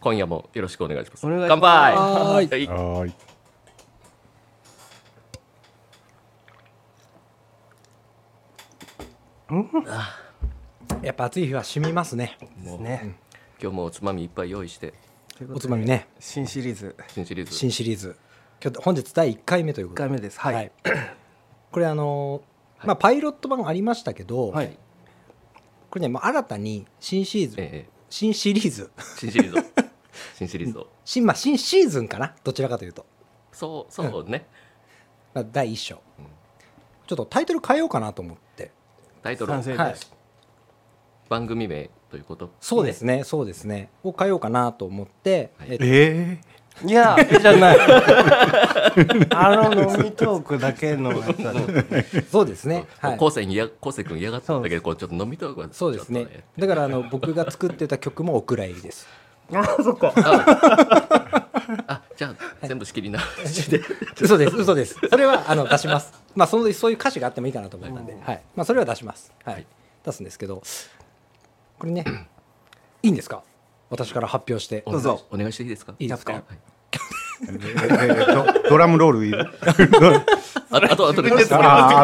今夜もよろしくお願いしますお願いしま乾す杯はーはいはーい。やっぱ暑い日は染みますね。ですね。今日もおつまみいっぱい用意してということおでつまみね。新シリーズ新シリーズ新シリーズ。今日本日第1回目という1こと回で。目です。はい。これあのーまあパイロット版ありましたけど、はい。これねもう新たに新シリーズ、ええ新シリーズ、 新シリーズを 新シリーズを新まあ新シーズンかな。どちらかというと、そうそうね、まあ、第1章。ちょっとタイトル変えようかなと思って。タイトル賛成はいです。番組名ということそうですね、そうですね。を変えようかなと思って、はいえっとえいや、じゃない。 あの飲みトークだけのやつだねそうです ね。はい。昴生にや昴生君嫌がったんだけどこうちょっと飲みトークはそうですちょっとね。だからあの僕が作ってた曲もお蔵入りです。あじゃあ全部仕切りなしで 嘘です嘘ですそれはあの出しますまあそのそういう歌詞があってもいいかなと思ったんで、はいまあ、それは出します、はいはい出すんですけどこれねいいんですか私から発表してどうぞお願いしていいですかいいですかはいー、ドドラムロールいる。あとあとあとでああ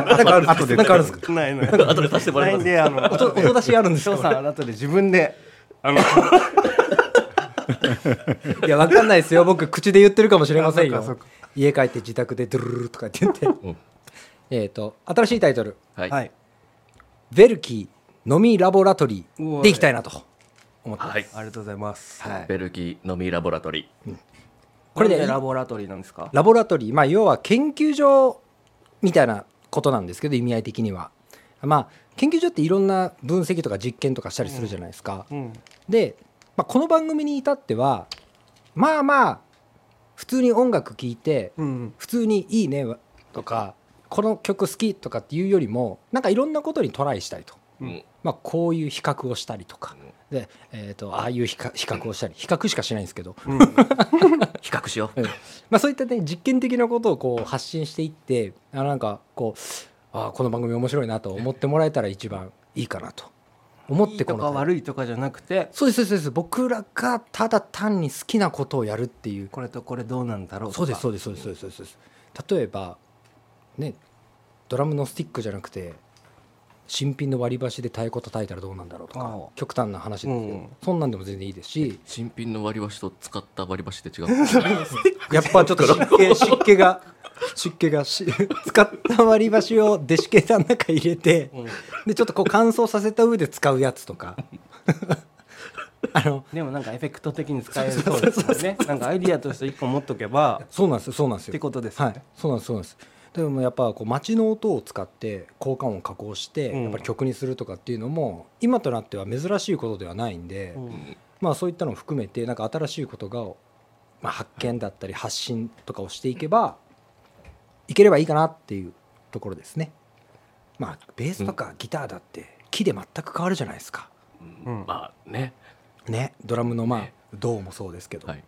ー、あとあとで。なんかあるんですかないのよ。後で足してもらいまないんすで、あ の、音音出しあるんです翔さかん、あなたで自分で。あの、いやわかんないですよ僕口で言ってるかもしれませんあそっよか家帰って自宅でドゥルルルとか言って言ってうんえっと新しいタイトルはいははいい。 「ベルキー飲みラボラトリうー」わでいきたいなと思ってますはいありがとうございます。はい。ベルギー飲みラボラトリこれでなんラボラトリーなんですか。ラボラトリー、まあ、要は研究所みたいなことなんですけど意味合い的には、まあ、研究所っていろんな分析とか実験とかしたりするじゃないですか、うん。で、まあ、この番組に至ってはまあまあ普通に音楽聴いてうん。普通に「いいね」とか「この曲好き」とかっていうよりもなんかいろんなことにトライしたいと。ーうんまあ、こういう比較をしたりとか、で、えー、とああいう比較比較をしたり比較しかしないんですけど、比較しよううんまあ、そういったね実験的なことをこう発信していってあなんかこうあこの番組面白いなと思ってもらえたら一番いいかなと思っいいてことかの悪いとかじゃなくて。そうですそうですそうです僕らがただ単に好きなことをやるっていうこれとこれどうなんだろうとか。そうですそうですそうですそうですそうです例えばねドラムのスティックじゃなくて新品の割り箸で太鼓叩いたらどうなんだろうとあかあ極端な話ですけうどんそんなんでも全然いいですし新品の割り箸と使った割り箸で違うやっぱちょっと湿 気湿気が湿気がし使った割り箸をデシケーターの中入れて、でちょっとこう乾燥させた上で使うやつとかあのでもなんかエフェクト的に使えるそうですもんね。なんかアイディアとして一個持っとけば。そうなんですよそうなんですっよてことですよはねいそうなんですそうなんですでもやっぱこう街の音を使って効果音を加工して、うんやっぱり曲にするとかっていうのも今となっては珍しいことではないんで、うんまあそういったのも含めてなんか新しいことが、まあ、発見だったり発信とかをしていけばいければいいかなっていうところですね。まあベースとかギターだって木で全く変わるじゃないですか。うん。まあねねドラムのまあ銅もそうですけど、はい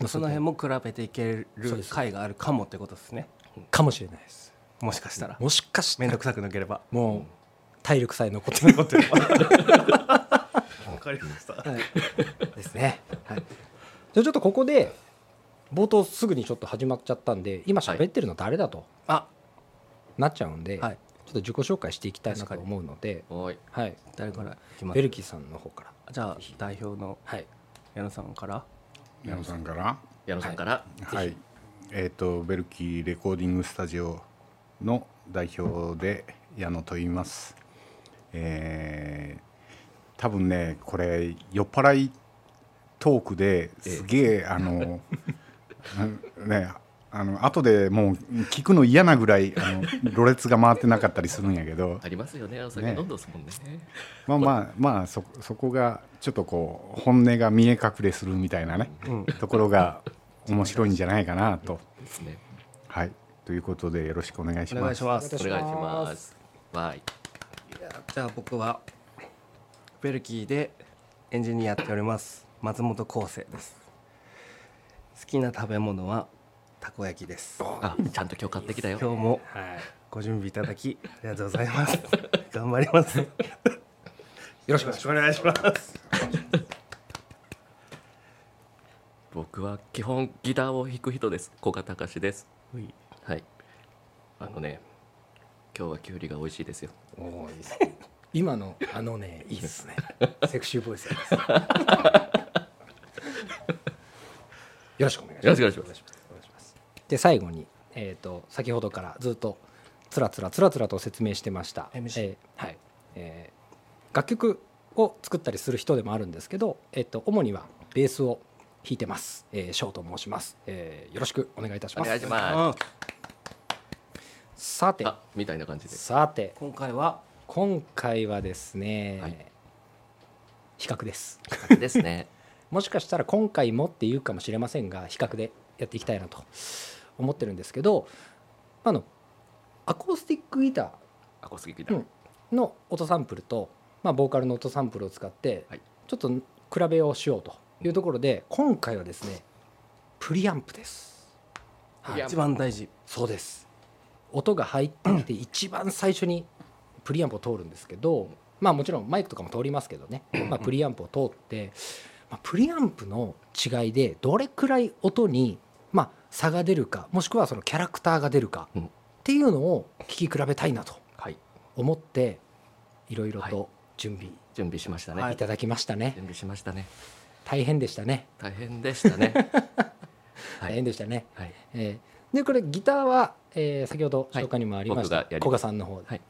まあその辺も比べていける回があるかもってことですね。かもしれないです。もしかしたら。もしかしめてんどくさくなければ。もう体力さえ残って残ってるわかりました。ですね。 はい、じゃあちょっとここで冒頭すぐにちょっと始まっちゃったんで今喋ってるの誰だとあ、なっちゃうんで、はいちょっと自己紹介していきたいなと思うので、はいはい、誰から決まベる。ルキーさんの方から。じゃあ代表のはい。矢野さんから。矢野さんから。矢野さんからはい。えっと、ベルキーレコーディングスタジオの代表で矢野と言います。えー多分ね、これ酔っ払いトークですげえあの。 うんねあの後でもう聞くの嫌なぐらいあのろれつが回ってなかったりするんやけどありますよねお酒ね飲んどすもんねまあまあまあそ そこがちょっとこう本音が見え隠れするみたいなね、ところが面白いんじゃないかなと。ですねはいということでよろしくお願いしお願まいしす。まおす。お願いしますはいじゃあ僕はベルキーでエンジニアやっております松本康生です。好きな食べ物はたこ焼きです。あちゃんと今日買ってきたよ今日もはい。ご準備いただきありがとうございます。頑張ります。よよろしくお願いしろしくお願いします。僕は基本ギターを弾く人です古賀隆ですはいあのね今日はキュウリが美味しいですよおーいいっすね今のあのねいいです ねセクシーボイスですよろしくお願いしますよろしくお願いしお願いしますで最後に、えー、と先ほどからずっとつらつらつらつらと説明してました、 MC えーはいえー楽曲を作ったりする人でもあるんですけど、えっと主にはベースを弾いてます、えー、ショウと申します、えーよろしくお願いいたしおます願いしまますさすてあみたいな感じでさて今回は今回はですね、はい比較ですですねもしかしたら今回もっていうかもしれませんが比較でやっていきたいなと思ってるんですけどあのアコースティックギタアコースティックギターうーんの音サンプルと、まあ、ボーカルの音サンプルを使ってはいちょっと比べをしようというところで今回はですねプリアンプです。はいプリアンプ一番大事そうです音が入って きて一番最初にプリアンプを通るんですけどまあもちろんマイクとかも通りますけどね、まあ、プリアンプを通って、まあ、プリアンプの違いでどれくらい音に、まあ、差が出るかもしくはそのキャラクターが出るかうんっていうのを聞き比べたいなとはい思っていろいろはと準備準備しましたね、いただきましたね準備しましたね大変でしたね大変でしたねは大い変でしたねはいえーでこれギターは、えー先ほど紹介にもありましたはい僕がやります古賀さんの方はいで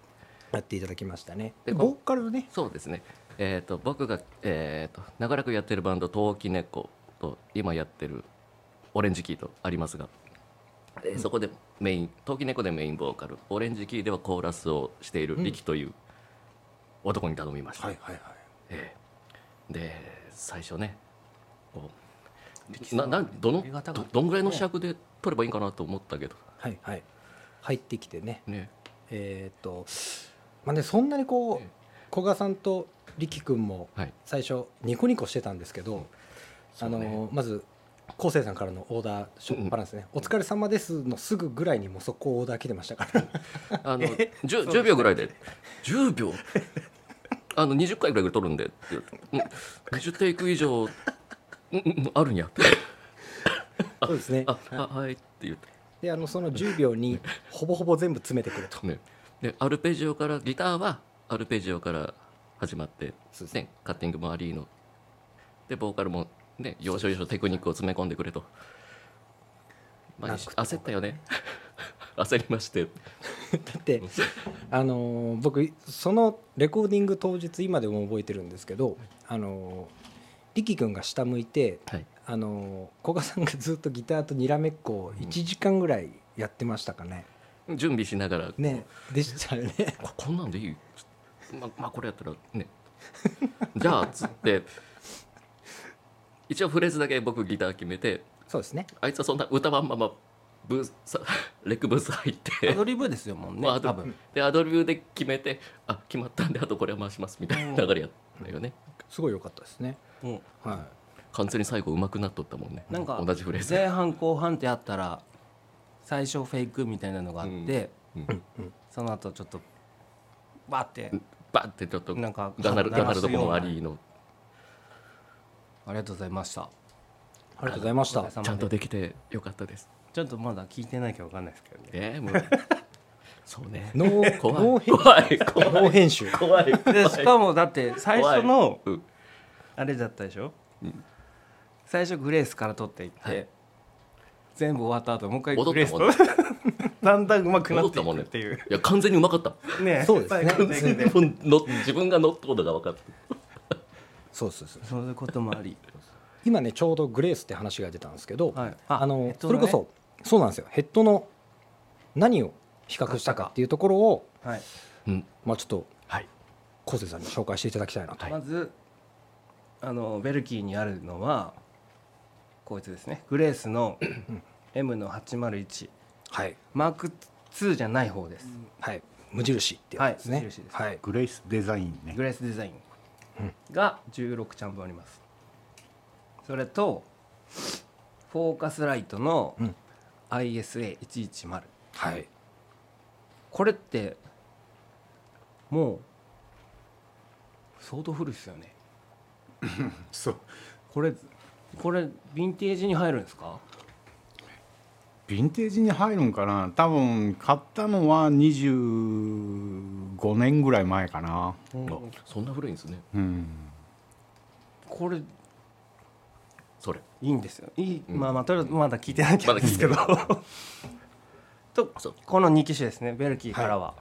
やっていただきましたね、でこボーカルねそうですね。えっ、と僕がえっ、と長らくやってるバンドトウキネコと今やってるオレンジキーとありますが、えーそこでメイントウキネコでメインボーカル、オレンジキーではコーラスをしているリキという男に頼みました。いはいはいえーで最初ね、こうななんどのありがたかどったどんぐらいの尺で取ればいいんかなと思ったけどはいはい入ってきてねね。えーっとまあねそんなにこええう古賀さんと力くんもはい。最初ニコニコしてたんですけど、そあうねのーまず昴生さんからのオーダーショッパランスね、お疲れ様です」のすぐぐらいにもうそこオーダー来てましたからあの 10, 10秒ぐらいで10秒あの20回ぐらい取るんでって言ってうん20テイク以上うんうんあるんや そうですねああはいって言ってであのその10秒にほぼほぼ全部詰めてくるとねでアルペジオからギターはアルペジオから始まって、ね、カッティングもアリーノでボーカルもね要所要所テクニックを詰め込んでくれと、まあ、なくても焦ったよね 焦りましてだってあのー僕そのレコーディング当日今でも覚えてるんですけどあのー力君が下向いてはいあのー古賀さんがずっとギターとにらめっこを1時間ぐらいやってましたかね、準備しながらねでしたよねあこんなんでいいままあこれやったらね じゃあつって一応フレーズだけ僕ギター決めてそうですねあいつはそんな歌わんままブース さレックブース入っアてドリブですよもうね まあアド多分でアドリブで決めてあ決まったんであとこれは回しますみたいな流れやったよねすごい良かったですねうんは完全に最後上手くなっとったもんねなんか同じフレーズ前半後半ってあったら最初フェイクみたいなのがあっうんて、その後ちょっとバーってバンってちょっとなんかガナルガナルドコのアリーのありがとうございましたいありがとうございましおた疲れ様ちゃんとできてよかったですちょっとまだ聞いてないけどわかんないですけどねねえ もうそうねノー怖ノーい編怖い怖いノー編集怖いでしかもだって最初怖のいうんあれだったでしょ、最初グレースから取っていって、はい全部終わった後もう一回戻グっレーたスもんとね だんだん上手くな戻っってたいもんくねっていういや完全にうまかったねそうですね最後の全ね自分の自分が乗ったことが分かったそうそうそうそういうこともあり今ねちょうどグレースって話が出たんですけど、はいああの、ヘッドそのれねこそそうなんですよヘッドの何を比較したかっていうところを、はい、うんまあ、ちょっとはい昴生さんに紹介していただきたいなと、はいまずあのベルキーにあるのはこいつですねグレー スの M の801はいマーク2じゃない方です、はい、無印ってやつですね、はい無印ですはいグレイスデザインねグレースデザインが16チャンプありますそれとフォーカスライトのうん ISA110 はいこれってもう相当古いですよねそうこれこれヴィンテージに入るんですかヴィンテージに入るんかな多分買ったのは25年ぐらい前かなあそんな古いんですねうんこれそれいいんですよいい、うんまあまあとりあえずまだ聞いてなきゃまだで聞いすてけどない とそうこの2機種ですねベルキーからは、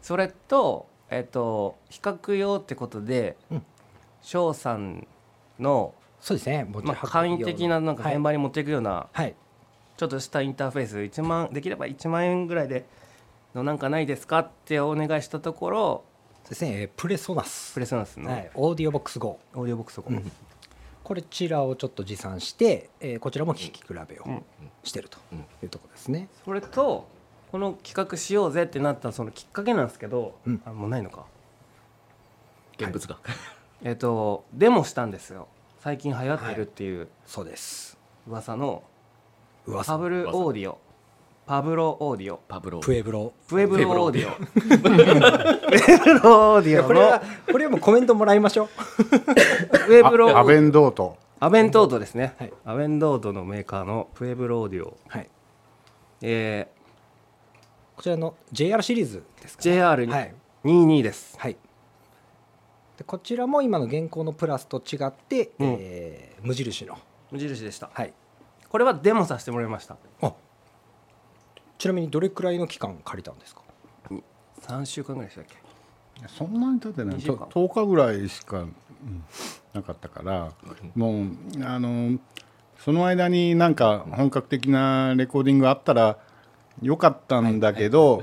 それとえっ、と比較用ってことでうん翔、さんの、そうですね。持ち運まびあ、簡易的ななんかはい現場に持っていくような、はい。ちょっとしたインターフェース1万できれば1万円ぐらいでのなんかないですかってお願いしたところそうですね。えープレソナス。プレスナスの、はい。オーディオボックス GO。オーディオボックスをこうこちらをちょっと持参して、えーこちらも聞き比べをうんしてるとうんいうところですね。それとこの企画しようぜってなったそのきっかけなんですけど、うんあもうないのか現物が、えっ、とデモしたんですよ最近流行ってるっていうそうです。噂の噂パブルオーディオパブロオーディオパブロプエブロ。プエブプエブロロオオーーデディィオオプエブロオーデいやィオこれのはこれはもうコメントもらいましょう。プエブロオーあアディベンドートオアベントードですね、はいアベントードのメーカーのプエブロオーディオ はい。えこちらの JR シリーズですー、か、 JR に、はい。 22ですはい。でこちらも今の現行のプラスと違って、うんえー無印の。無印でしたはい。これはデモさせてもらいましたあ。ちなみにどれくらいの期間借りたんですか。 3週間ぐらいでしたっけそんなに経ってない二週と間10日ぐらいしか、うんなかったからもうあのその間になんか本格的なレコーディングあったらよかったんだけど、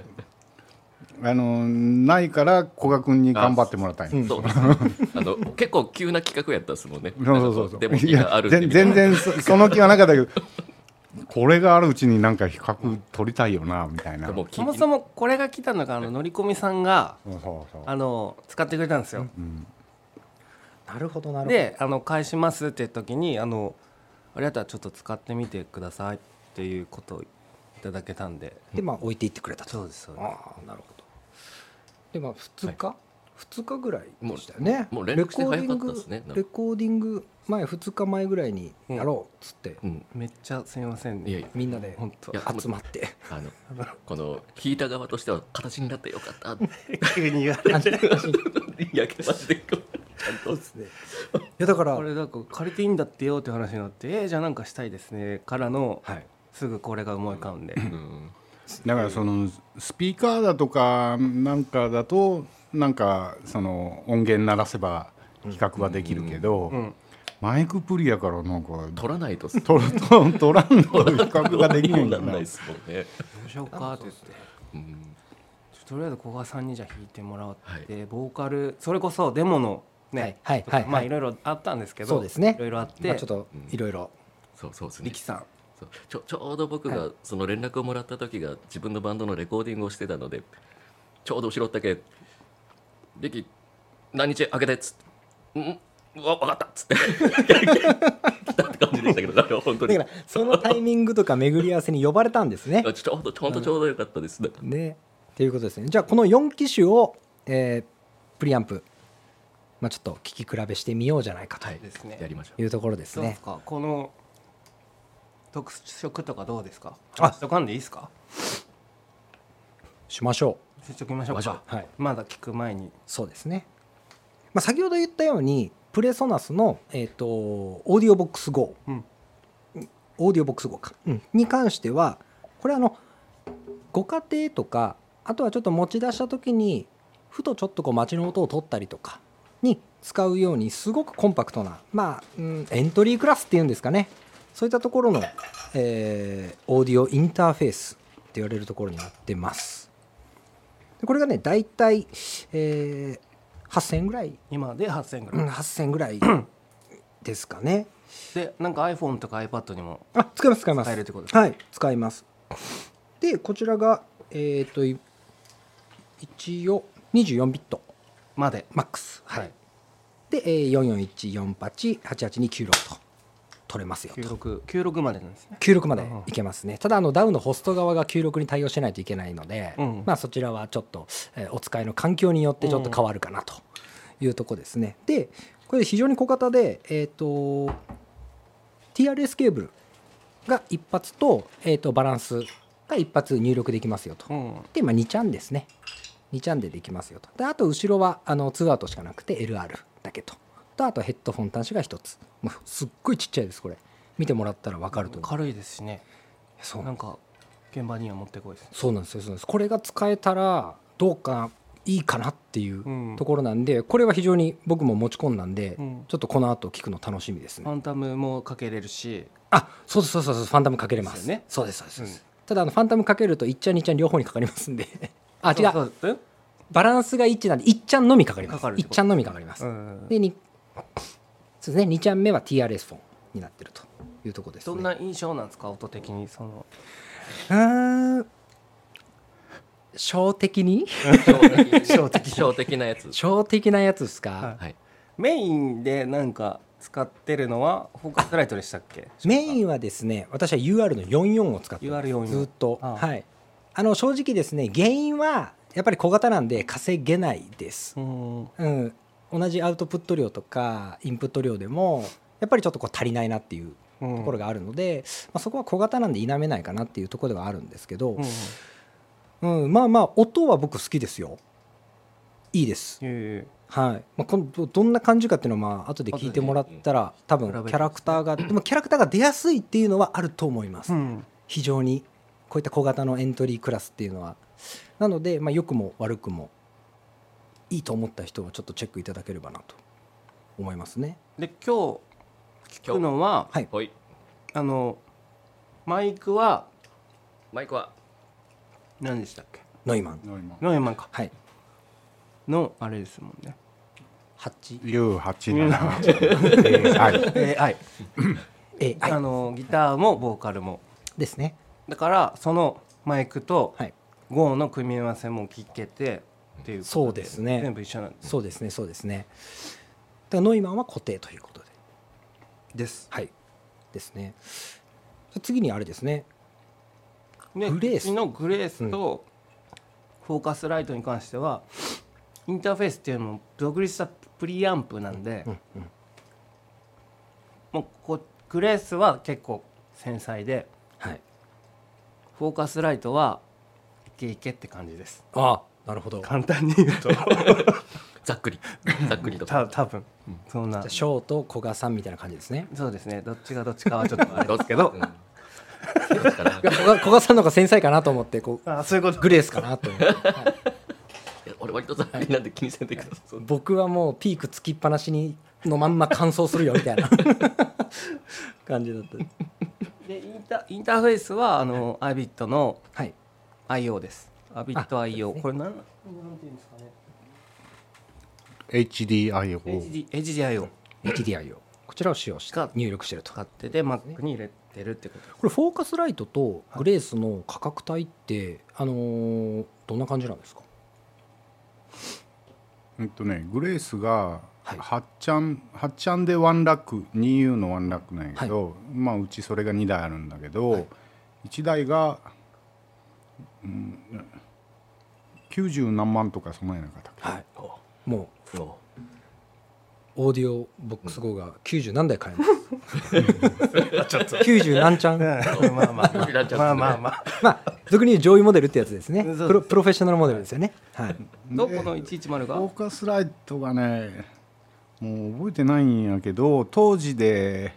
あのないから古賀君に頑張ってもらったんやうんそうあの結構急な企画やったっすもんねそうそうそうそうでも気があるっていやみたい全な然そその気はなかったけどこれがあるうちになんか比較取りたいよなみたいなでもそう聞いそもそもこれが来たのがあの乗り込みさんがそうそうあの使ってくれたんですよ、うんなるほどなるほど。であの返しますって時にあのあれだったらちょっと使ってみてくださいっていうことをいただけたんででまあ置いていってくれたと。そうですそうですああなるほど。でまあ2日、2日ぐらいでしたよね。もうもう連絡して早かったですねレコーディングレコーディング前2日前ぐらいにやろうっつって、うんめっちゃすみませんねいやいやみんなで本当いや集まって。あのこの弾いた側としては形になってよかった い急に言わ感じ感じやマジでこうちゃんといやだか らこれなんか借りていいんだってよって話になって「えー、じゃあなんかしたいですね」からの、はいすぐこれが思い浮かんでうんだからそのスピーカーだとかなんかだとなんかその音源鳴らせば比較はできるけど、うんマイクプリアからなんか取らないと取取ら取取らんの比較が できないんだらないなで。すもんね、どうしようかって言ってうんちょとりあえず古賀さんにじゃあ弾いてもらっはいて、ボーカルそれこそデモのね、はいはいはいまあいろいろあったんですけどそうですねいろいろあって、まあちょっといろいろそうそうですね力さんそうちょちょうど僕がその連絡をもらった時が自分のバンドのレコーディングをしてたのでちょうど後ろだけ「リキ何日開けて」っつって「んうわ分かった」っつって来たって感じでしたけどなん か本当だかにらそのタイミングとか巡り合わせに呼ばれたんですね。あちょうどちょうどちょうどよかったですねねということですね。じゃあこの4機種を、えープリアンプ、まあ、ちょっと聞き比べしてみようじゃないかとはいですねやりま しょういうところですどうでねす。かこの特色とかどうですかあ話しとかんでいいですかしましょしときましょうしまかしう。はい、まだ聞く前にそうですね。まあ、先ほど言ったようにプレソナスの、えー、とオーディオボックス GO、うんオーディオボックス GO か、うんに関してはこれあのご家庭とかあとはちょっと持ち出した時にふとちょっとこう街の音を取ったりとかに使うようにすごくコンパクトな、まあうん、エントリークラスっていうんですかねそういったところの、えーオーディオインターフェースって言われるところになってます。でこれがね大体、えー8000円ぐらい今で8000円ぐうらい、ん、8000ぐらいですかね。でなんか iPhone とか iPad にもあ、使います、使います。使えるってことですはい、使います。で、こちらが、えっ、と、い一応24ビットまでマックス。はい。はいで、えー、441488826と取れますよと。 96 96までなんですね96までいけますね。ただ、あの、ダウンのホスト側が96に対応しないといけないので、うんまあ、そちらはちょっと、えーお使いの環境によってちょっと変わるかなというとこですね。で、これ非常に小型で、えっ、と、 TRS ケーブルが一発と,、えー、とバランスが一発入力できますよと。うんで、まあ、2チャンですね。2チャンでできますよと。で、あと後ろはあの2アウトしかなくて LR だけと。と、あとヘッドフォン端子が1つ。もうすっごいちっちゃいです、これ。見てもらったら分かると思う。軽いですしねそうなんか現場には持ってこいですそうなんですよそうなんですこれが使えたらどうかいいかなっていううんところなんで、これは非常に僕も持ち込んだんで、うんちょっとこの後聞くの楽しみですフね。ァンタムもかけれるしあそうですそうですそうですファンタムかけれま。ですすよねそうですそうですそうです、ただあのファンタムかけると1ちゃん2ちゃん両方にかかります んであ違うそうそううんバランスが1なんで1ちゃんのみかかります。かかるって1ことちゃんのみかかります。うんでにそうですね2ちゃん目は TRS フォンになってるというところです、ね。どんな印象なんですか音的にそのうーん小的に小的小的なやつ小的なやつですか、はいはいメインでなんか使ってるのはフォーカスライトでしたっけメインはですね私は UR の44を使ってます UR44 ずっとああはいあの正直ですね原因はやっぱり小型なんで稼げないですう、んはうん、同じアウトプット量とかインプット量でもやっぱりちょっとこう足りないなっていうとうんころがあるので、まあ、そこは小型なんで否めないかなっていうところではあるんですけど、うんまあまあ音は僕好きですよいいですいはいまあ、このどどんな感じかっていうのはまあ後で聞いてもらったら多分比べてキャラクターがでもキャラクターが出やすいっていうのはあると思います、ん非常にこういった小型のエントリークラスっていうのはなので、まあ、良くも悪くもいいと思った人はちょっとチェックいただければなと思いますねで今日聞くのははいほいあのマイクはマイクは何でしたっけノイマンノイマンかはいのあれですもんね8 U87 はいえーはいえはいあのギターもボーカルもですねだからそのマイクとはい GO の組み合わせも聞けてっていうことそうですね全部一緒なんですそうですねそうですねだからノイマンは固定ということでですはいですね次にあれですねでグレースうちのグレースとフォーカスライトに関してはインターフェースっていうのも独立したプリアンプなんで、うんうんもうこうグレースは結構繊細ではいフォーカスライトはいけいけって感じですああなるほどじゃ簡単に言うとざっくりざっくりとた多分そんなあショーと古賀さんみたいな感じですねそうですねどっちがどっちかはちょっとあれですけどうん そうですからいや古賀古賀さんの方が繊細かなと思ってこうあそういうことグレースかなと思って、はいいや俺割とざっくりなんで気にせんでください僕はもうピークつきっぱなしにのまんま乾燥するよみたいな 感じだったでインタインターフェースはあの iBit のはい IO ですあ iBitIO、ねこれなんなんていうんですかね HDIO HD HDIO HDI をこちらを使用してが入力してると買こってて Mac に入れてるってことですれフォーカスライトとグレースの価格帯ってあのーどんな感じなんですかうんとねグレースがはい8ちゃん8ちゃんでワンラック 2U のワンラックなんやけど、まあうちそれが2台あるんだけど、1台が、うん、90何万とかそんなんやなかったっけはいもうオーディオボックス号が90何台買えます90何ちゃ ん ねまあまあまあまあまあまあまあ俗に言う上位モデルってやつですねそうですプロプロフェッショナルモデルですよねはいどこの110フォがーカスライトがねもう覚えてないんやけど当時で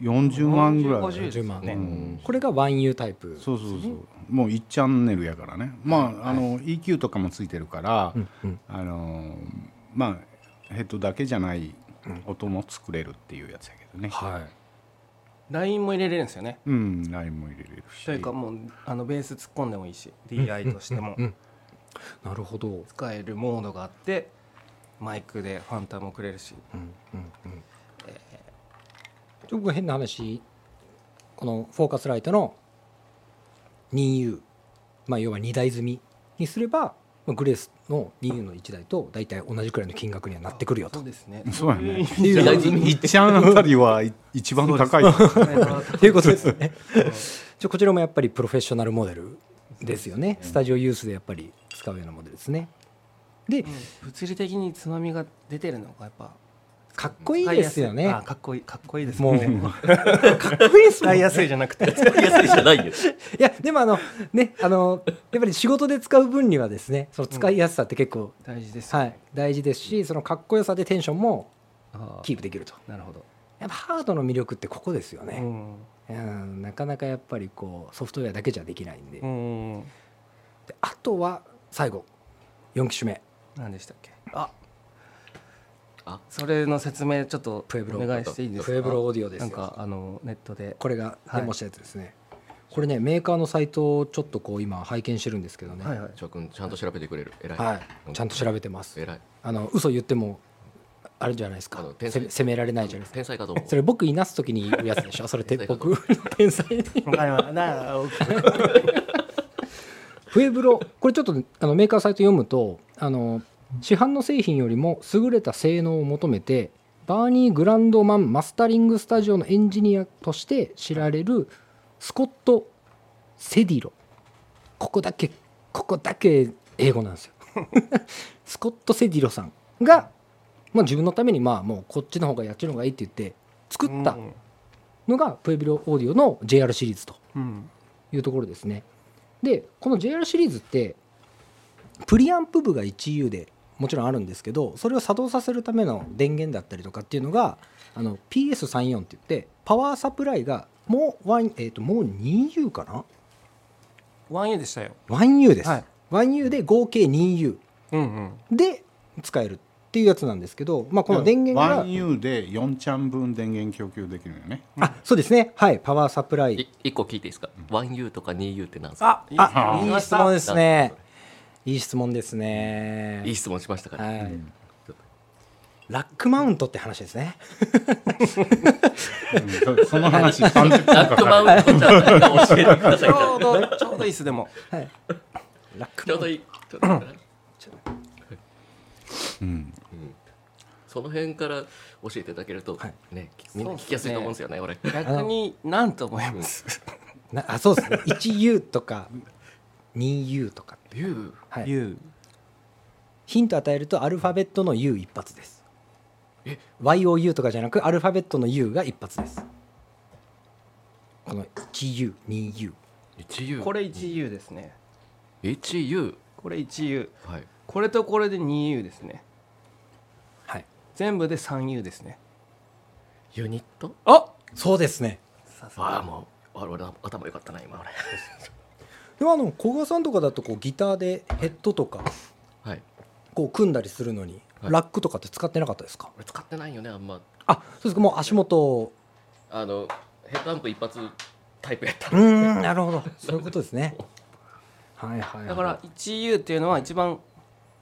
40万ぐらい40 50 10万ねうんこれが 1U タイプそうそうそうもう1チャンネルやからねまああの EQ とかもついてるから、うんうんあのまあヘッドだけじゃない音も作れるっていうやつやけどねは LINE も入れれるんですよねうんラインも入れれるしというかもうあのベース突っ込んでもいいし DI としてもうんいなるほど、うん使えるモードがあってマイクでファンタもくれるしうんうんちょっと変な話このフォーカスライトの 2U まあ要は2台積みにすればまあグレースの 2U の1台と大体同じくらいの金額にはなってくるよそとうですねそうやねそういう意味では1チャンあたりは一番高いと いうことですね。じゃこちらもやっぱりプロフェッショナルモデルですよね。スタジオユースでやっぱり使うようなモデルですね。で、物理的につまみが出てるのがやっぱかっこいいですよねあかっこいいかっこいいですもうかっこいいです使いやすいじゃなくて安いじゃないよいやでもあのねあのやっぱり仕事で使う分にはですねその使いやすさって結構、大事です、はい、 大事ですしそのかっこよさでテンションもあーキープできるとなるほど、やっぱハードの魅力ってここですよね、ううんなかなかやっぱりこうソフトウェアだけじゃできないんで,、んうんであとは最後4機種目何でしたっけああそれの説明ちょっとプエブロお願いしていいですかプエブロオーディオですなよんかあのネットでこれがはいメモしたやつですね、これねメーカーのサイトをちょっとこう今拝見してるんですけどね、はいはい翔くんちゃんと調べてくれる偉い、はいちゃんと調べてます偉いあの嘘言ってもあれじゃないですかあの天才責め責められないじゃないですか天才かと思うそれ僕いなす時に言うやつでしょそれて天才かと僕天才にわかりましたなあ OK プエブロこれちょっとあのメーカーサイト読むとあの市販の製品よりも優れた性能を求めてバーニー・グランドマンマスタリングスタジオのエンジニアとして知られるスコット・セディロここだけここだけ英語なんですよ スコット・セディロさんが、まあ、自分のためにまあもうこっちの方がやっちの方がいいって言って作ったうんのがプエブロオーディオの JR シリーズとうんいうところですね。でこの JR シリーズってプリアンプ部が 1U でもちろんあるんですけどそれを作動させるための電源だったりとかっていうのがあの PS34 って言ってパワーサプライがもう1、えー、ともう 2U かな 1U でしたよ 1U です、はい 1U で合計 2U うんうんで使えるっていうやつなんですけど、まあ、この電源が 1U で4チャン分電源供給できるよねあそうですねはいパワーサプライい一個聞いていいですか 1U とか 2U ってなんですかあああいい質問ですね。いい質問ですね。いい質問しましたから、はいんラックマウントって話ですね。うんそそ の話30分ラッかクマかウントちゃんなんか教えてくだ ちさいょうどちょうどいいですでもラックちマょうウントどいいちょうどいいかなる、うん、その辺から教えていただけると、はいねみんな聞きやすいと思うんですよね俺 逆に何と思いますなあ、そう ですね。一 U とか二 U とか。 U はい。 U ヒント与えるとアルファベットの U 一発ですえ。 YOU とかじゃなくアルファベットの U が一発です。この一 U、二 U。 1U これ 1U ですね 1U これ 1U はいこれとこれで 2U ですねはい。全部で 3U ですねユニットあそうですね。ああもうあ俺頭良かったな今俺でもあの古賀さんとかだとこうギターでヘッドとかはいこう組んだりするのに、はいラックとかって使ってなかったですか。俺使ってないよねあんまあ、そうですか。もう足元をあのヘッドアンプ一発タイプやったうーんなるほどそういうことですねはいはい、はい、だから 1U っていうのは一番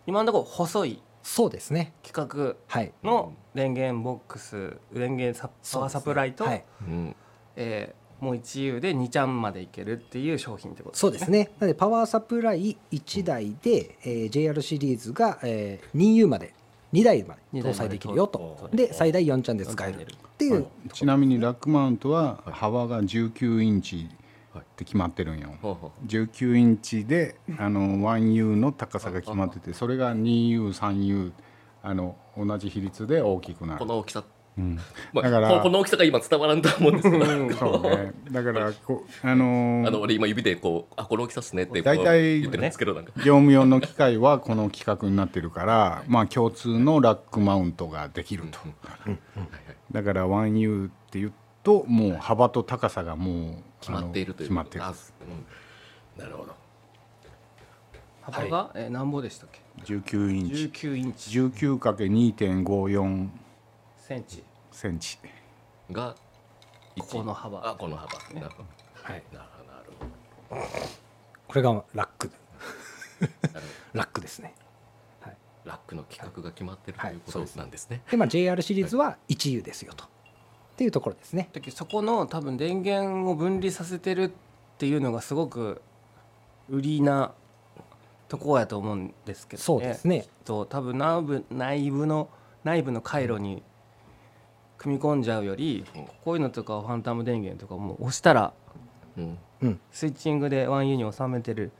今のところ細いそうですね規格はいの電源ボックス電源サパワーサプライと、はい、うんえーもう 1U で2ちゃんまでいけるっていう商品ってことそうですねなのでパワーサプライ1台で、えー JR シリーズが、えー 2U まで2台まで二台まで搭載できるよととで最大4チャンで使えるっていう、ちなみにラックマウントは幅が19インチって決まってるんよ、ほうほ19インチであの 1U の高さが決まっててそれが 2U3U あの同じ比率で大きくなうるこ、の大きさ、うん、まだからあ、ここの大きさが今伝わらんと思うんですけど、そうねだからこあの あのー俺今指でこうあこの大きさっすねってこう大体言ってるんですけどなんか業務用の機械はこの規格になってるからまあ共通のラックマウントができるとだから 1U って言うともう幅と高さがもう決まっているというあの決まあってうんなるほど幅が、えー何ぼでしたっける19インチ19インチ 19×2.54 センチセンチがここの幅あこの幅なるほどはい、なるほどなるほどこれがラッ クラックですねラックの企画が決まってるとはいいうことなんですね。で、まあ、JR シリーズは 1U ですよとっていうところですねだけどそこの多分電源を分離させてるっていうのがすごく売りなとこやと思うんですけど、そうですねと多分内部内部の内部の回路に組み込んじゃうより、うんこういうのとかはファンタム電源とかもう押したらうんうんスイッチングで 1U に収めてる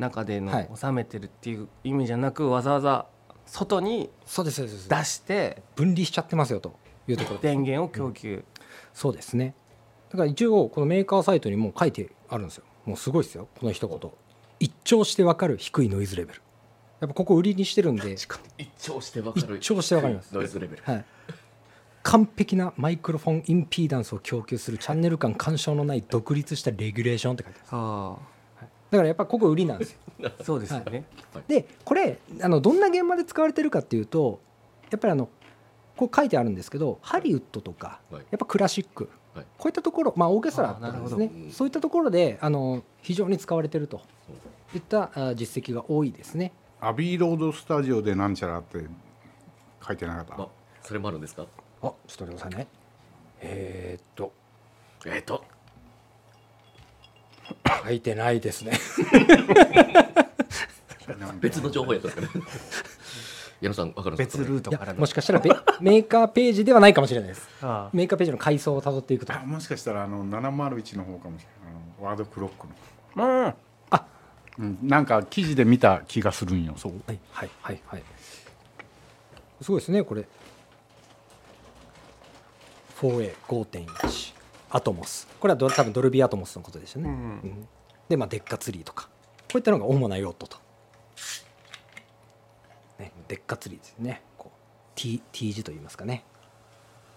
中でのはい収めてるっていう意味じゃなくわざわざ外にそうですそうです出して分離しちゃってますよというところで電源を供給、そうですねだから一応このメーカーサイトにも書いてあるんですよもうすごいですよこの一言一聴してわかる低いノイズレベルやっぱここ売りにしてるんで一聴してわ一聴してわかりますノイズレベルはい、完璧なマイクロフォンインピーダンスを供給するチャンネル間干渉のない独立したレギュレーションって書いてますあだからやっぱここ売りなんですよあそうですよね、でこれあのどんな現場で使われてるかっていうとやっぱりあのこう書いてあるんですけどハリウッドとかはいやっぱクラシック、はいこういったところまあオーケストラあーなるなんほでどすねうんそういったところであの非常に使われてるといったあー実績が多いですねアビーロードスタジオでなんちゃらって書いてなかったあそれもあるんですかあちょっと待ってくださいねえーっとえっと書いてないですね別の情報やったんですか ね矢野さんわかるんです別かルートいからやのもしかしたらべメーカーページではないかもしれないですああメーカーページの階層をたどっていくとあもしかしたらあの701の方かもしれないあのワードクロックのまあうん、なんか記事で見た気がするんよそうはいはいはいはいすごいですねこれ 4A5.1 アトモスこれはド多分ドルビーアトモスのことでしたね、うんうんでまあデッカツリーとかこういったのが主な用途と、ね、デッカツリーですねこう T, T 字といいますかね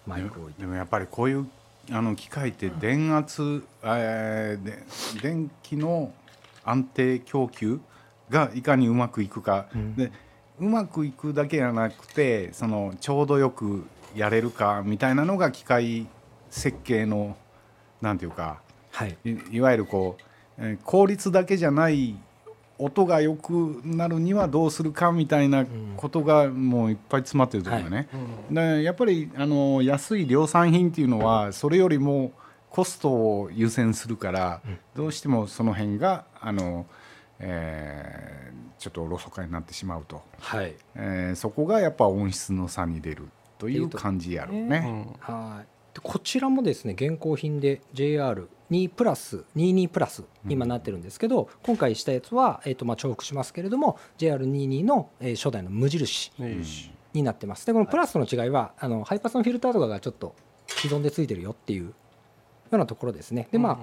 マイクを置いてでもやっぱりこういうあの機械って電圧、えーで電気の安定供給がいかにうまくいくか、でうまくいくだけじゃなくてそのちょうどよくやれるかみたいなのが機械設計のなんていうかはいいいわゆるこうえー効率だけじゃない音が良くなるにはどうするかみたいなことがもういっぱい詰まってるところがね、でやっぱりあの安い量産品っていうのはそれよりもコストを優先するから、どうしてもその辺があの、えーちょっとおろそかになってしまうと、はいえーそこがやっぱ音質の差に出るといっていううとこ感じやろうあうね。んはいでこちらもですね現行品で JR2 プラス22プラス今なってるんですけど、今回したやつは、えーとまあ、重複しますけれども JR22 の、えー初代の無印ねになってますでこのプラスの違いは、あのハイパスのフィルターとかがちょっと既存でついてるよっていうようなところですねでまあ、うん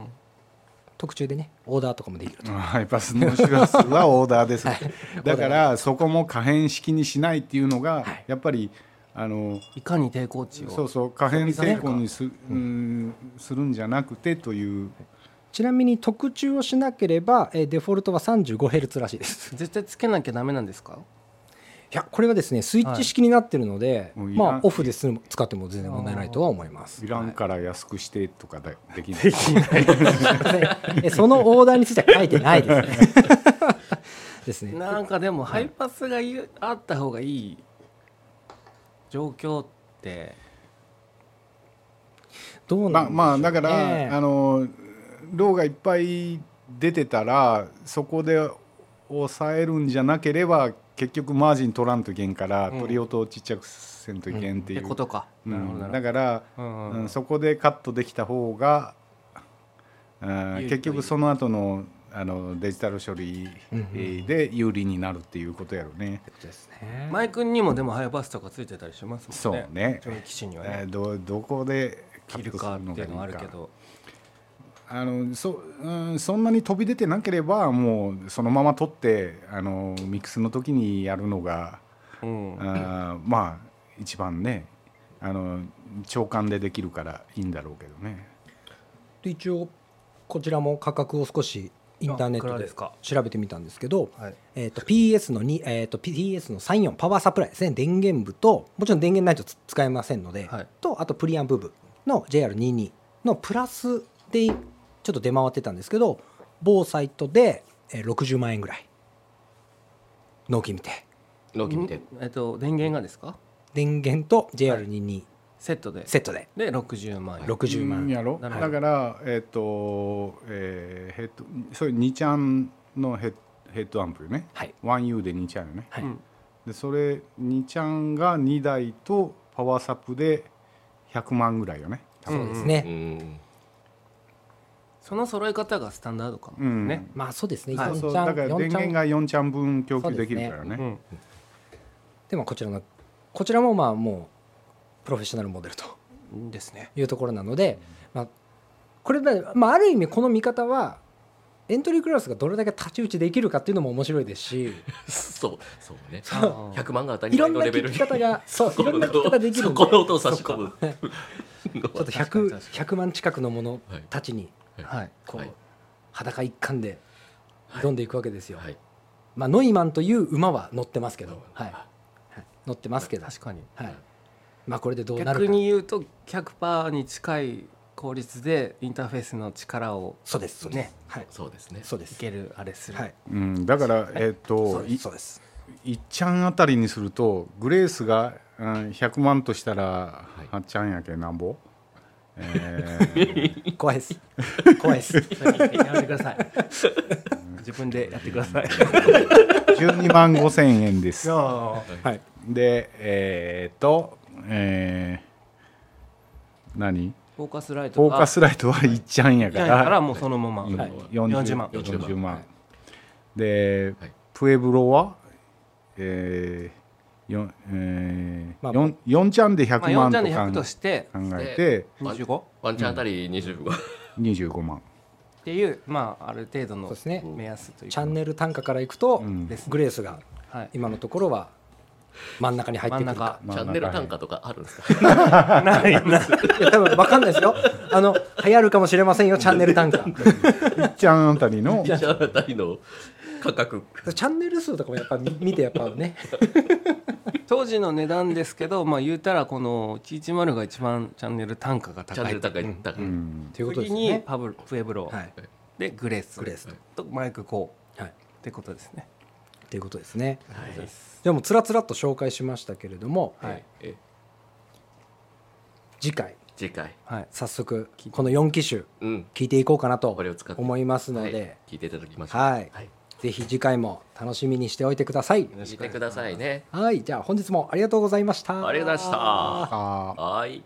特注でねオーダーとかもできると、ハイパスのシラスはオーダーです、だかオーらそこも可変式にしないっていうのがはいやっぱりあのいかに抵抗値をそうそう可変抵抗にす,、うん、するんじゃなくてというちなみに特注をしなければ、えーデフォルトは 35Hz らしいです 絶対つけなきゃダメなんですかいやこれはですねスイッチ式になってるので、はいもういらんまあオフでする使っても全然問題ないとは思いますいらんから安くしてとかでできない、 えそのオーダーについては書いてないですね。 ですね。なんかでもハイパスがゆあった方がいい状況ってどうなまんあでしょうまあだから、ねあの量がいっぱい出てたらそこで抑えるんじゃなければ結局マージン取らんといけんから、うん取り音をちっちゃくせんといけんってっいてう、ことか、うんなるほどなるだから、ほどうんううんん、そこでカットできた方が、うん有利という結局その後のあのデジタル処理えーで有利になるっていうことやろうね。ですねマイクにもでもハイパスとかついてたりしますそもんうねね蒸気機種にはえねーどどこでカ切ッるトすかるっのてがいいういのはあるけか。どあのそううん、そんなに飛び出てなければもうそのまま取ってあのミックスの時にやるのが、うんあーまあ一番ねあの長官でできるからいいんだろうけどね。で一応こちらも価格を少しインターネあいッくトらでですか調べてみたんですけど、はいえっ、と PS の2えっ、と PS の34パワーサプライですね。電源部ともちろん電源ないとつ使えませんので、はいとあとプリアンプ部の JR22 のプラスでちょっと出回ってたんですけど、某サイトでえー60万円ぐらい納期見て納期見てえっと電源がですか電源と JR22 セットでセットでで60万円60万うんやろなだるほどからえっ、と、えーヘッドそういう2ちゃんのヘッヘッドアンプよねはい 1U で2ちゃんよねはい、うんでそれ2ちゃんが2台とパワーサップで100万ぐらいよね多そ分うですね、うんその揃え方がスタンダードかも、うんね、まあそうですね、そう四そうちゃんだから四電ちゃん源が4ちゃん分供そう給ですねできるからねうん、でまあこちらのこちらもまあもうプロフェッショナルモデルとですねいうところなので、まあ、これねまあ、ある意味この見方はエントリークラスがどれだけ太刀打ちできるかっていうのも面白いですしそうそうねそう100万が当たりいろ前んのなレベ聞ルきに 方がそういろんな聞き方できるそん でこの音を差し込むそっか ちょっと 100, 100万近くのものたちにはいこう、はい裸一貫で挑んでいくわけですよ、はいまあ、ノイマンという馬は乗ってますけど、はいはい乗ってますけど、確かにはいまあ、これでどうなるか逆に言うと100%に近い効率でインターフェースの力をそうですそうです、ねはい、そうですねそうでいすけるあれする、はいうん、だから、えっそとういそうですいっちゃんあたりにするとグレースが、うん、100万としたらい8ちゃんやけなんぼ、えー怖いです怖いですそれやめてくだ さい自分でやってください12万5千円 ですはいでえっとえー何フォーカスライトフォーカラスライトは1ちゃんやイかトらからもうそのまま、うんはい40 40万40万40万はいで、はいプエブロは、えーよんえまあーよん4ちゃんでまあ、 100 4万ちゃとんで100と考してえ考えてまあ 25? っワンチャンあたり25 25万ていうまあある程度そうのですね目安というチャか、ンネル単価からいくと、うんグレースがはい、今のところは真ん中に入ってくるか 真チャンネル単価とかあるんですか ないないや多分分かんないですよあの流行るかもしれませんよチャンネル単 価チ1ちゃんあたりの1ちゃんあたりの価格ャンネル数とかもやっぱ見見てやっぱね当時の値段ですけどまあ言うたらこの110が一番チャンネル単価がチャン高ネいル高いうん高ういんということで次すよにねパブルプエブロ、はいでグレースグレースととマイク5はいってことですねっていうことですねはいじゃあもうつらつらっと紹介しましたけれども、はいえ次回次回はい早速この4機種うん聞いていこうかなとこれを使って思いますので、はい聞いていただきましょうはいぜひ次回も楽しみにしておいてください。聞いてくださいねはい、じゃあ本日もありがとうございました。ありがとうございましたあーはい